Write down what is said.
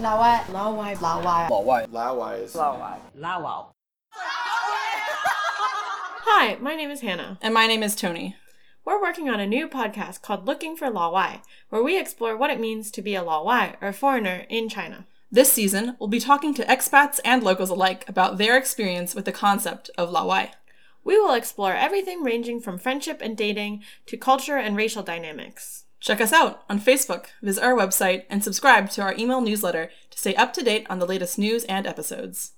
拉歪，拉歪，拉歪。老外 Lawwise. Lawai. Lawao. Hi, my name is Hannah. And my name is Tony. We're working on a new podcast called Looking for Law Y, where we explore what it means to be a Law Y or foreigner in China. This season, we'll be talking to expats and locals alike about their experience with the concept of Lawai. We will explore everything ranging from friendship and dating to culture and racial dynamics. Check us out on Facebook, visit our website, and subscribe to our email newsletter to stay up to date on the latest news and episodes.